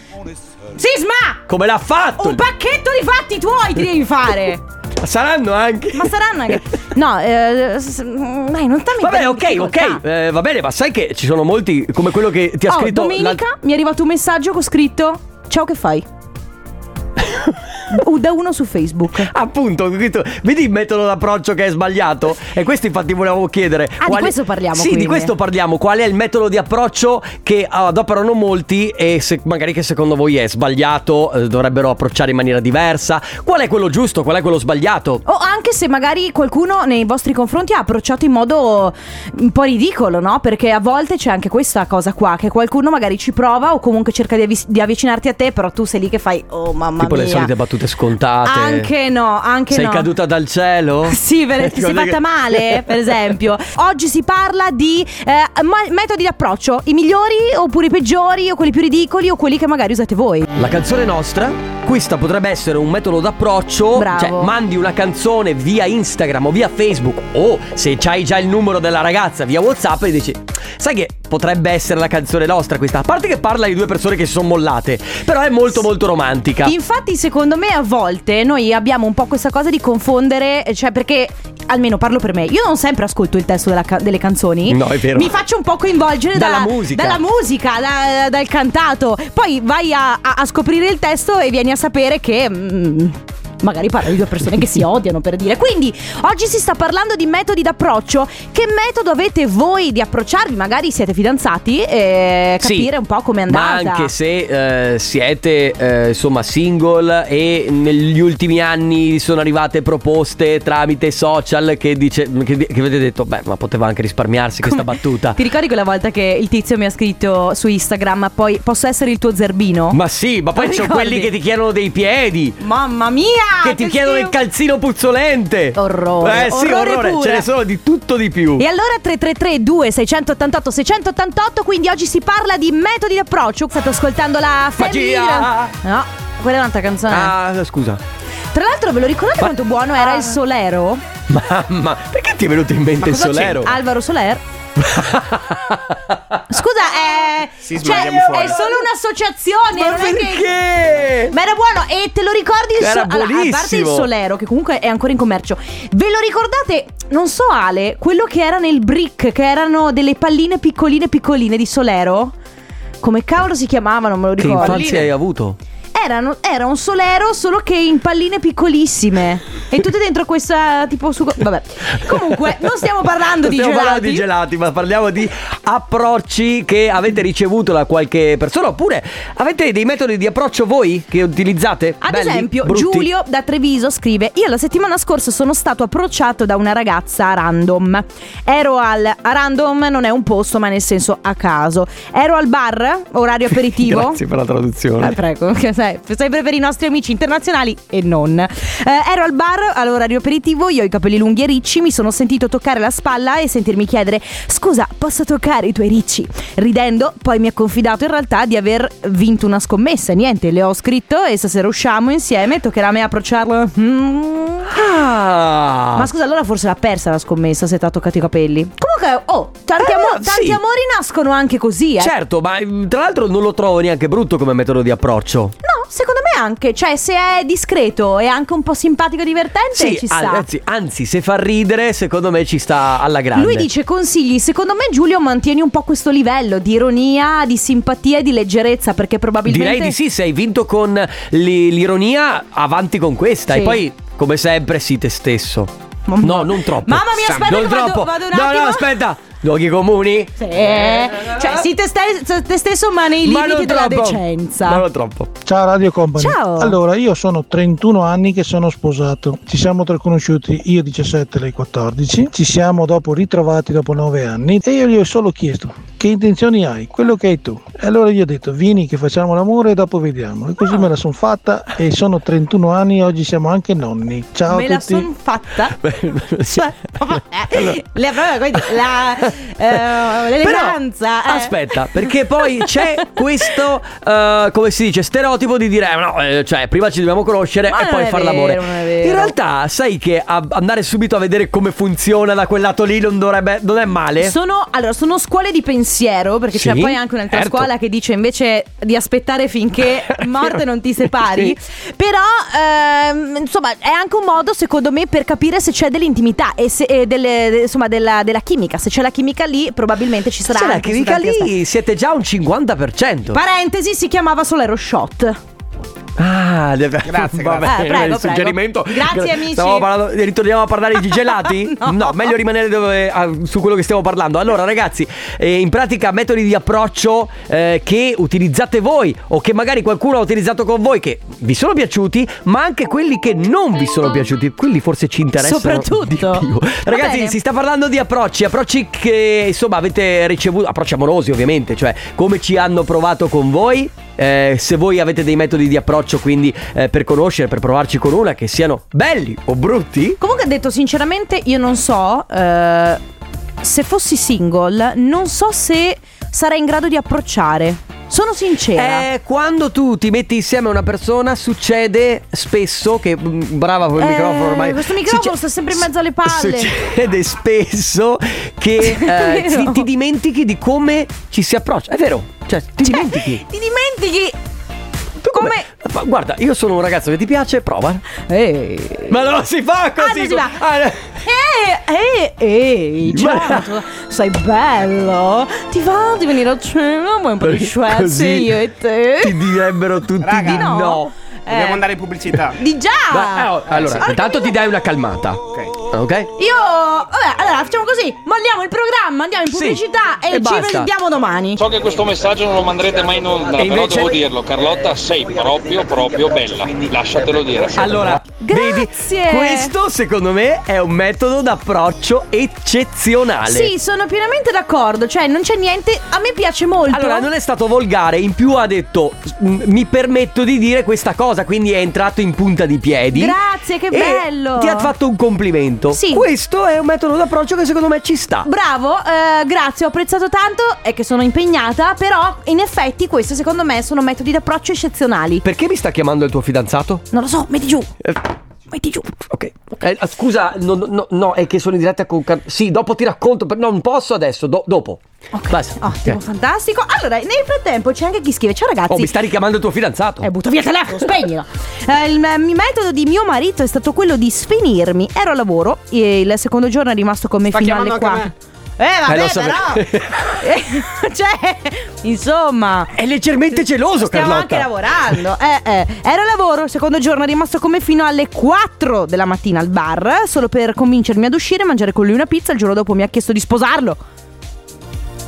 Speaker 2: Sisma!
Speaker 1: Come l'ha fatto?
Speaker 2: Un pacchetto di fatti tuoi ti devi fare!
Speaker 1: Saranno anche.
Speaker 2: Ma saranno anche. No, eh, s- mm, dai, non stammi
Speaker 1: Vabbè,
Speaker 2: in
Speaker 1: ok,
Speaker 2: difficoltà.
Speaker 1: ok. Eh, va bene, ma sai che ci sono molti come quello che ti ha
Speaker 2: Oh,
Speaker 1: scritto.
Speaker 2: domenica
Speaker 1: l'alt-
Speaker 2: mi è arrivato un messaggio con scritto: Ciao, che fai? U- da uno su Facebook.
Speaker 1: Appunto, ho scritto- vedi il metodo d'approccio che è sbagliato? E questo infatti volevamo chiedere.
Speaker 2: Ah, di questo parliamo,
Speaker 1: Sì,
Speaker 2: quindi.
Speaker 1: di questo parliamo. Qual è il metodo di approccio che ah, adoperano molti e se- magari che secondo voi è sbagliato, eh, dovrebbero approcciare in maniera diversa? Qual è quello giusto? Qual è quello sbagliato?
Speaker 2: O anche se magari qualcuno nei vostri confronti ha approcciato in modo un po' ridicolo, no? Perché a volte c'è anche questa cosa qua, che qualcuno magari ci prova o comunque cerca di, avvi- di avvicinarti a te, però tu sei lì che fai, oh mamma
Speaker 1: tipo
Speaker 2: mia.
Speaker 1: le solite battute scontate.
Speaker 2: Anche no, anche
Speaker 1: Sei
Speaker 2: no.
Speaker 1: caduta dal cielo?
Speaker 2: Sì, per, ti
Speaker 1: Cose
Speaker 2: sei
Speaker 1: Ecco, che-
Speaker 2: fatta male, per esempio. Oggi si parla di eh, ma- metodi d'approccio, i migliori oppure i peggiori o quelli più ridicoli o quelli che magari usate voi.
Speaker 1: La canzone nostra, questa potrebbe essere un metodo d'approccio,
Speaker 2: Bravo.
Speaker 1: cioè mandi una canzone via Instagram o via Facebook o se c'hai già il numero della ragazza via Whatsapp e dici "Sai che potrebbe essere la canzone nostra questa". A parte che parla di due persone che si sono mollate, però è molto molto romantica.
Speaker 2: Infatti, secondo me, a volte noi abbiamo un po' questa cosa di confondere, cioè perché almeno parlo per me, io non sempre ascolto il testo della ca- delle canzoni.
Speaker 1: No, è vero.
Speaker 2: Mi faccio un po' coinvolgere
Speaker 1: Dalla
Speaker 2: da-
Speaker 1: musica.
Speaker 2: dalla musica, da- dal cantato. Poi vai a, a- a scoprire il testo e vieni a sapere che. mm, Magari parla di due persone che si odiano per dire. Quindi oggi si sta parlando di metodi d'approccio. Che metodo avete voi di approcciarvi? Magari siete fidanzati e
Speaker 1: Sì,
Speaker 2: capire un po' come è andata.
Speaker 1: Ma anche se eh, siete eh, insomma single e negli ultimi anni sono arrivate proposte tramite social che, dice, che, che avete detto, beh, ma poteva anche risparmiarsi questa battuta.
Speaker 2: Ti ricordi quella volta che il tizio mi ha scritto su Instagram, poi posso essere il tuo zerbino?
Speaker 1: Ma sì, ma poi
Speaker 2: Ma
Speaker 1: ci sono
Speaker 2: Oh. ricordi?
Speaker 1: quelli che ti chiedono dei piedi.
Speaker 2: Mamma mia!
Speaker 1: che ti chiedono il
Speaker 2: schifo!
Speaker 1: calzino puzzolente.
Speaker 2: Orrore,
Speaker 1: Eh sì,
Speaker 2: orrore
Speaker 1: orrore.
Speaker 2: pure.
Speaker 1: Ce ne sono di tutto di più.
Speaker 2: E allora 333 2688 688 quindi oggi si parla di metodi d'approccio. State ascoltando la
Speaker 1: Magia!
Speaker 2: famiglia. No, quella è un'altra canzone.
Speaker 1: Ah, scusa.
Speaker 2: Tra l'altro ve lo ricordate
Speaker 1: Ma-
Speaker 2: quanto buono
Speaker 1: Ah.
Speaker 2: era il Solero?
Speaker 1: Mamma, perché ti è venuto in mente il Solero?
Speaker 2: Alvaro Soler. Scusa, eh,
Speaker 6: Sì,
Speaker 2: cioè,
Speaker 6: sbagliamo fuori.
Speaker 2: è solo un'associazione,
Speaker 1: Ma
Speaker 2: non è che
Speaker 1: perché?
Speaker 2: Ma era buono e te lo ricordi il
Speaker 1: Era
Speaker 2: Allora, a parte il
Speaker 1: buonissimo.
Speaker 2: Solero che comunque è ancora in commercio. Ve lo ricordate? Non so Ale, quello che era nel brick, che erano delle palline piccoline piccoline di Solero? Come cavolo si chiamavano, me lo
Speaker 1: Che
Speaker 2: ricordo.
Speaker 1: infanzia hai avuto?
Speaker 2: Erano- era un solero solo che in palline piccolissime. E tutte dentro questa tipo su vabbè. Comunque, non stiamo parlando di
Speaker 1: Non stiamo
Speaker 2: gelati.
Speaker 1: parlando di gelati, ma parliamo di approcci che avete ricevuto da qualche persona. Oppure avete dei metodi di approccio voi che utilizzate?
Speaker 2: Ad
Speaker 1: Belli?
Speaker 2: esempio,
Speaker 1: Brutti?
Speaker 2: Giulio da Treviso scrive: Io la settimana scorsa sono stato approcciato da una ragazza a random. Ero al a random, non è un posto, ma nel senso a caso. Ero al bar, orario aperitivo.
Speaker 1: Grazie per la traduzione.
Speaker 2: Ah, prego, che sai, sempre per i nostri amici internazionali e non. Eh, ero al bar all'orario aperitivo, io ho i capelli lunghi e ricci, mi sono sentito toccare la spalla e sentirmi chiedere scusa, posso toccare i tuoi ricci? Ridendo, poi mi ha confidato in realtà di aver vinto una scommessa, niente, le ho scritto e stasera usciamo insieme, toccherà a me approcciarlo. Mm.
Speaker 1: Ah.
Speaker 2: Ma scusa, allora forse l'ha persa la scommessa se ti ha toccato i capelli. Comunque, oh, tanti,
Speaker 1: Eh,
Speaker 2: amo-
Speaker 1: sì.
Speaker 2: tanti amori nascono anche così, eh.
Speaker 1: Certo, ma mm, tra l'altro non lo trovo neanche brutto come metodo di approccio.
Speaker 2: No, secondo me neanche, cioè se è discreto e anche un po' simpatico e divertente
Speaker 1: Sì, eh,
Speaker 2: ci
Speaker 1: an-
Speaker 2: sta.
Speaker 1: anzi, anzi, se fa ridere, secondo me ci sta alla grande.
Speaker 2: Lui dice consigli, secondo me Giulio mantieni un po' questo livello di ironia, di simpatia e di leggerezza perché probabilmente...
Speaker 1: Direi di sì, se hai vinto con l'i- l'ironia, avanti con questa.
Speaker 2: Sì.
Speaker 1: E poi, come sempre, sii te stesso.
Speaker 2: Mamma-
Speaker 1: No, non troppo.
Speaker 2: Mamma mia, aspetta
Speaker 1: non
Speaker 2: che vado-
Speaker 1: troppo.
Speaker 2: vado un
Speaker 1: no,
Speaker 2: attimo.
Speaker 1: no, aspetta. Luoghi comuni?
Speaker 2: Sì, cioè sì te, stai- te stesso ma nei
Speaker 1: ma
Speaker 2: limiti
Speaker 1: non
Speaker 2: della
Speaker 1: troppo.
Speaker 2: decenza.
Speaker 1: Ma non troppo.
Speaker 6: Ciao Radio Company.
Speaker 2: Ciao.
Speaker 6: Allora, io sono 31 anni che sono sposato. Ci siamo tre conosciuti, io 17, lei 14. Ci siamo dopo ritrovati dopo 9 anni e io gli ho solo chiesto che intenzioni hai, quello che hai tu. E allora gli ho detto vieni che facciamo l'amore e dopo vediamo. E
Speaker 2: Ah.
Speaker 6: così me la sono fatta e sono 31 anni e oggi siamo anche nonni. Ciao
Speaker 2: Me
Speaker 6: a
Speaker 2: la
Speaker 6: tutti.
Speaker 2: son fatta.
Speaker 1: Sì.
Speaker 2: Cioè, eh, vabbè, la, proprio, quindi, la, eh,
Speaker 1: Però,
Speaker 2: l'eleganza. eh.
Speaker 1: Aspetta, perché poi c'è questo, eh, come si dice, stereotipo di dire, "Eh, no, eh, cioè, prima ci dobbiamo conoscere
Speaker 2: Ma
Speaker 1: e
Speaker 2: non
Speaker 1: poi
Speaker 2: è
Speaker 1: far
Speaker 2: vero,
Speaker 1: l'amore.
Speaker 2: non è vero.
Speaker 1: In realtà, sai che a- andare subito a vedere come funziona da quel lato lì non dovrebbe, non è male?
Speaker 2: Sono, allora, sono scuole di pensiero, perché c'è
Speaker 1: Sì,
Speaker 2: poi anche un'altra
Speaker 1: certo.
Speaker 2: scuola che dice invece di aspettare finché morte non ti separi. Però, ehm, insomma, è anche un modo, secondo me, per capire se c'è dell'intimità e, se, e delle- de- insomma, della, della chimica. Se c'è la chimica lì, probabilmente ci sarà.
Speaker 1: Sarà
Speaker 2: anche
Speaker 1: che
Speaker 2: su
Speaker 1: mica
Speaker 2: tanti aspetti.
Speaker 1: lì siete già un 50%.
Speaker 2: Parentesi, si chiamava Solero Shot.
Speaker 1: ah, grazie,
Speaker 2: grazie. Eh, prego, prego.
Speaker 1: suggerimento.
Speaker 2: Grazie,
Speaker 1: Gra-
Speaker 2: amici.
Speaker 1: Stiamo parlando, eh, ritorniamo a parlare di gelati?
Speaker 2: No.
Speaker 1: meglio rimanere dove- ah, su quello che stiamo parlando. Allora, ragazzi, eh, in pratica metodi di approccio eh, che utilizzate voi o che magari qualcuno ha utilizzato con voi che vi sono piaciuti, ma anche quelli che non vi sono piaciuti. Quelli forse ci interessano
Speaker 2: Soprattutto.
Speaker 1: di più.
Speaker 2: Va
Speaker 1: Ragazzi,
Speaker 2: bene.
Speaker 1: si sta parlando di approcci, approcci che insomma avete ricevuto, approcci amorosi ovviamente, cioè come ci hanno provato con voi. eh, se voi avete dei metodi di approccio quindi eh, per conoscere, per provarci con una, che siano belli o brutti,
Speaker 2: Comunque, detto sinceramente, io non so. eh, se fossi single, non so se sarei in grado di approcciare. Sono sincera.
Speaker 1: eh, quando tu ti metti insieme a una persona succede spesso che, mm, brava con il
Speaker 2: Eh,
Speaker 1: microfono ormai,
Speaker 2: questo microfono
Speaker 1: succe-
Speaker 2: sta sempre in mezzo alle palle.
Speaker 1: Succede spesso che eh,
Speaker 2: È vero.
Speaker 1: ti, ti dimentichi di come ci si approccia, è vero, cioè ti dimentichi.
Speaker 2: Ti dimentichi.
Speaker 1: Tu
Speaker 2: Come?
Speaker 1: Ma guarda, io sono un ragazzo che ti piace, prova.
Speaker 2: Ehi.
Speaker 1: Ma non si fa
Speaker 2: Ah,
Speaker 1: così.
Speaker 2: non si fa.
Speaker 1: Ah, no.
Speaker 2: Ehi, eh, ehi, ehi,
Speaker 1: Ma-
Speaker 2: certo, sei bello. Ti va di venire a cena? Vuoi un po' di
Speaker 1: Eh, Così
Speaker 2: schwezzi io e te?
Speaker 1: Ti direbbero tutti
Speaker 8: Raga.
Speaker 1: di no.
Speaker 8: Dobbiamo
Speaker 2: Eh,
Speaker 8: andare in pubblicità.
Speaker 2: Di già.
Speaker 1: Ma, eh, oh, allora,
Speaker 2: Porca
Speaker 1: intanto ti
Speaker 2: miseria.
Speaker 1: dai una calmata.
Speaker 8: Ok.
Speaker 1: Ok?
Speaker 2: Io, vabbè, allora facciamo così: molliamo il programma, andiamo in
Speaker 1: Sì,
Speaker 2: pubblicità
Speaker 1: e
Speaker 2: e, ci
Speaker 1: basta.
Speaker 2: vediamo domani.
Speaker 9: So che questo messaggio non lo manderete mai in onda,
Speaker 1: E
Speaker 9: però
Speaker 1: invece-
Speaker 9: devo dirlo, Carlotta sei proprio proprio bella, lasciatelo dire.
Speaker 1: Allora, vedi,
Speaker 2: Grazie.
Speaker 1: questo secondo me è un metodo d'approccio eccezionale.
Speaker 2: Sì, sono pienamente d'accordo. Cioè, non c'è niente. A me piace molto.
Speaker 1: Allora, non è stato volgare, in più ha detto "M- mi permetto di dire questa cosa, quindi è entrato in punta di piedi.
Speaker 2: Grazie, che
Speaker 1: e
Speaker 2: bello.
Speaker 1: Ti ha fatto un complimento.
Speaker 2: Sì.
Speaker 1: Questo è un metodo d'approccio che secondo me ci sta.
Speaker 2: Bravo, eh, grazie, ho apprezzato tanto e che sono impegnata, però in effetti questi secondo me sono metodi d'approccio eccezionali.
Speaker 1: Perché mi sta chiamando il tuo fidanzato?
Speaker 2: Non lo so, metti giù,
Speaker 1: Eh.
Speaker 2: metti giù.
Speaker 1: Ok. Eh, ah, scusa, no, no, no, no, è che sono in diretta con Car- Sì, dopo ti racconto, per- no, non posso adesso, do- dopo.
Speaker 2: Ok,
Speaker 1: Basta.
Speaker 2: ottimo, Ah,
Speaker 1: Ok.
Speaker 2: fantastico. Allora, nel frattempo c'è anche chi scrive, ciao ragazzi.
Speaker 1: Oh, mi sta richiamando il tuo fidanzato.
Speaker 2: Eh, butta via il telefono, spegnilo. Eh, il m- metodo di mio marito è stato quello di sfinirmi. Ero a lavoro e il secondo giorno è rimasto con me
Speaker 8: Sta
Speaker 2: fino alle
Speaker 8: chiamando
Speaker 2: 4.
Speaker 8: anche
Speaker 2: Eh, vabbè,
Speaker 1: Eh, lo
Speaker 2: però.
Speaker 1: sapevo.
Speaker 2: Eh, cioè, insomma.
Speaker 1: È leggermente geloso,
Speaker 2: Stiamo
Speaker 1: Carlotta.
Speaker 2: anche lavorando. Eh, eh. Era a lavoro, il secondo giorno è rimasto come fino alle 4 della mattina al bar, solo per convincermi ad uscire e mangiare con lui una pizza. Il giorno dopo mi ha chiesto di sposarlo.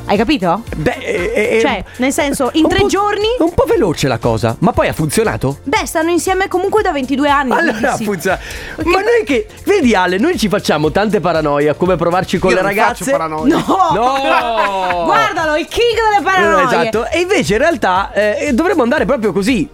Speaker 2: Hai capito?
Speaker 1: Beh, eh, eh,
Speaker 2: Cioè, nel senso, in
Speaker 1: un
Speaker 2: tre
Speaker 1: po'-
Speaker 2: giorni-
Speaker 1: Un po' veloce la cosa, ma poi ha funzionato?
Speaker 2: Beh, stanno insieme comunque da 22 anni.
Speaker 1: Allora
Speaker 2: quindi sì.
Speaker 1: funziona. Ma noi che. Vedi, Ale, noi ci facciamo tante paranoia come provarci con
Speaker 8: Io
Speaker 1: le
Speaker 8: non
Speaker 1: ragazze.
Speaker 8: faccio paranoia.
Speaker 2: No!
Speaker 1: No!
Speaker 2: Guardalo, il king
Speaker 1: No,
Speaker 2: delle paranoie.
Speaker 1: esatto. E invece in realtà eh, dovremmo andare proprio così.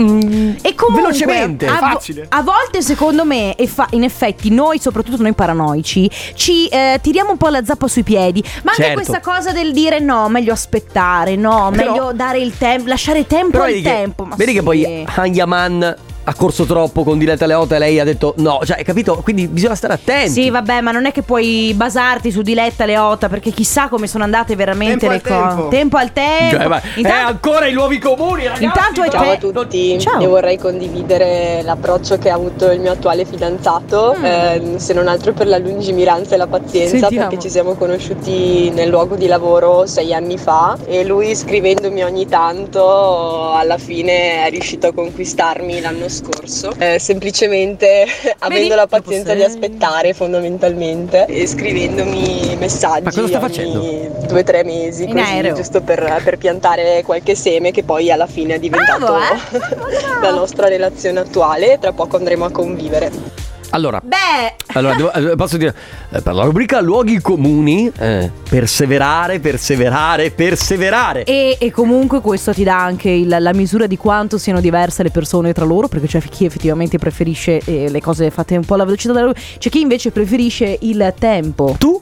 Speaker 1: mm,
Speaker 2: E comunque,
Speaker 1: velocemente.
Speaker 2: a, vo-
Speaker 8: Facile.
Speaker 2: a volte secondo me, e fa- in effetti noi, soprattutto noi paranoici, ci eh, tiriamo un po' la zappa sui piedi. Ma anche
Speaker 1: Certo.
Speaker 2: questa cosa del dire no, meglio aspettare, no,
Speaker 1: Però-
Speaker 2: meglio dare il tempo, lasciare tempo
Speaker 1: Però
Speaker 2: al
Speaker 1: vedi che,
Speaker 2: tempo. ma
Speaker 1: vedi che
Speaker 2: sì.
Speaker 1: poi Hanyaman ha corso troppo con Diletta Leota e lei ha detto no, cioè, hai capito? Quindi bisogna stare attenti.
Speaker 2: Sì, vabbè, ma non è che puoi basarti su Diletta Leotta perché chissà come sono andate veramente
Speaker 8: Tempo
Speaker 2: le
Speaker 8: al
Speaker 2: cose.
Speaker 8: tempo.
Speaker 2: Tempo al tempo.
Speaker 1: Cioè, ma- eh, ancora i luoghi comuni, ragazzi.
Speaker 2: Intanto è
Speaker 10: Ciao a
Speaker 2: Beh,
Speaker 10: tutti,
Speaker 2: ciao.
Speaker 10: io vorrei condividere l'approccio che ha avuto il mio attuale fidanzato,
Speaker 2: Mm.
Speaker 10: ehm, se non altro per la lungimiranza e la pazienza,
Speaker 2: Sentiamo.
Speaker 10: perché ci siamo conosciuti nel luogo di lavoro sei anni fa e lui scrivendomi ogni tanto alla fine è riuscito a conquistarmi l'anno scorso, eh, semplicemente avendo la pazienza di aspettare fondamentalmente e scrivendomi messaggi
Speaker 1: Ma cosa sta
Speaker 10: ogni
Speaker 1: facendo?
Speaker 10: due o tre mesi,
Speaker 2: In
Speaker 10: così,
Speaker 2: aereo.
Speaker 10: giusto per, per piantare qualche seme che poi alla fine è diventato
Speaker 2: Bravo, eh? Bravo.
Speaker 10: la nostra relazione attuale e tra poco andremo a convivere.
Speaker 1: Allora,
Speaker 2: Beh,
Speaker 1: Allora, devo- eh, posso dire, eh, per la rubrica luoghi comuni, eh, perseverare, perseverare, perseverare.
Speaker 2: E, e comunque questo ti dà anche il- la misura di quanto siano diverse le persone tra loro, perché c'è chi effettivamente preferisce eh, le cose fatte un po' alla velocità della luce, c'è chi invece preferisce il tempo.
Speaker 1: tu?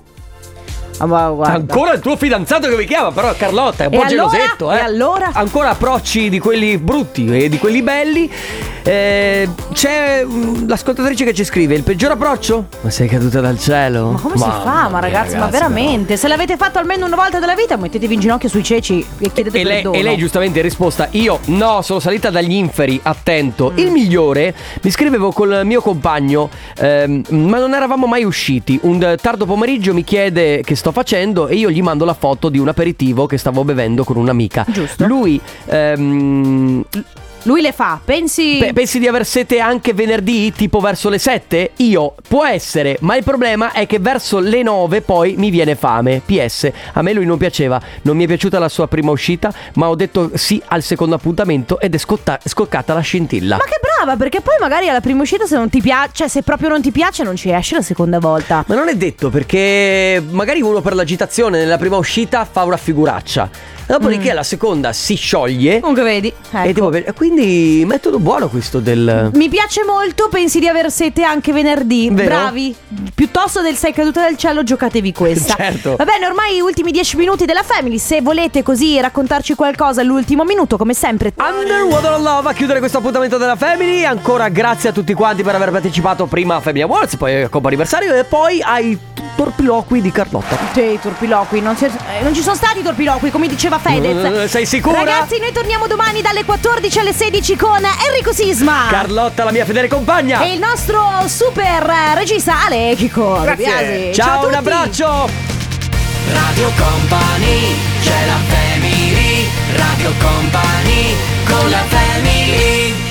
Speaker 2: Ah, ma guarda.
Speaker 1: Ancora il tuo fidanzato che mi chiama, però Carlotta è un
Speaker 2: E
Speaker 1: po'
Speaker 2: allora?
Speaker 1: gelosetto, eh.
Speaker 2: E allora?
Speaker 1: Ancora approcci di quelli brutti e di quelli belli. Eh, c'è mm, l'ascoltatrice che ci scrive: il peggior approccio? Ma sei caduta dal cielo?
Speaker 2: Ma come si fa? Ma ragazzi, ma veramente, se l'avete fatto almeno una volta della vita, mettetevi in ginocchio sui ceci e chiedete
Speaker 1: E lei,
Speaker 2: perdono.
Speaker 1: e lei giustamente in risposta Io no, sono salita dagli inferi, attento
Speaker 2: Mm.
Speaker 1: Il migliore, mi scrivevo col mio compagno ehm, Ma non eravamo mai usciti Un eh, tardo pomeriggio mi chiede che sto facendo E io gli mando la foto di un aperitivo che stavo bevendo con un'amica
Speaker 2: Giusto.
Speaker 1: Lui, ehm,
Speaker 2: Lui le fa, pensi
Speaker 1: pe- pensi di aver sete anche venerdì tipo verso le 7? Io, può essere Ma il problema è che verso le 9 poi mi viene fame PS, a me lui non piaceva Non mi è piaciuta la sua prima uscita Ma ho detto sì al secondo appuntamento Ed è scotta- scoccata la scintilla
Speaker 2: Ma che brava, perché poi magari alla prima uscita se non ti piace, cioè se proprio non ti piace non ci esci la seconda volta.
Speaker 1: Ma non è detto perché magari uno per l'agitazione nella prima uscita fa una figuraccia, dopodiché la seconda si scioglie.
Speaker 2: Comunque vedi,
Speaker 1: E
Speaker 2: ecco.
Speaker 1: tipo, per- quindi metodo buono questo del...
Speaker 2: Mi piace molto, pensi di aver sete anche venerdì.
Speaker 1: Vero?
Speaker 2: Bravi. Piuttosto del sei caduta dal cielo, giocatevi questa.
Speaker 1: Certo.
Speaker 2: Va bene, ormai ultimi dieci minuti della Family. Se volete così raccontarci qualcosa all'ultimo minuto, come sempre.
Speaker 1: Underwater Love a chiudere questo appuntamento della Family. Ancora grazie a tutti quanti per aver partecipato prima a Family Awards, poi a Coppa Anniversario e poi ai torpiloqui di Carlotta.
Speaker 2: Sì, torpiloqui, non, c'è- eh, non ci sono stati torpiloqui, come diceva Fedez.
Speaker 1: Eh, sei sicura?
Speaker 2: Ragazzi, noi torniamo domani dalle 14 alle 16 con Enrico Sisma.
Speaker 1: Carlotta, la mia fedele compagna.
Speaker 2: e il nostro super eh, regista Ale Chico. De Biasi.
Speaker 1: Ciao,
Speaker 2: a
Speaker 1: un
Speaker 2: tutti.
Speaker 1: abbraccio.
Speaker 3: Radio Company, c'è la family, Radio Company, con la family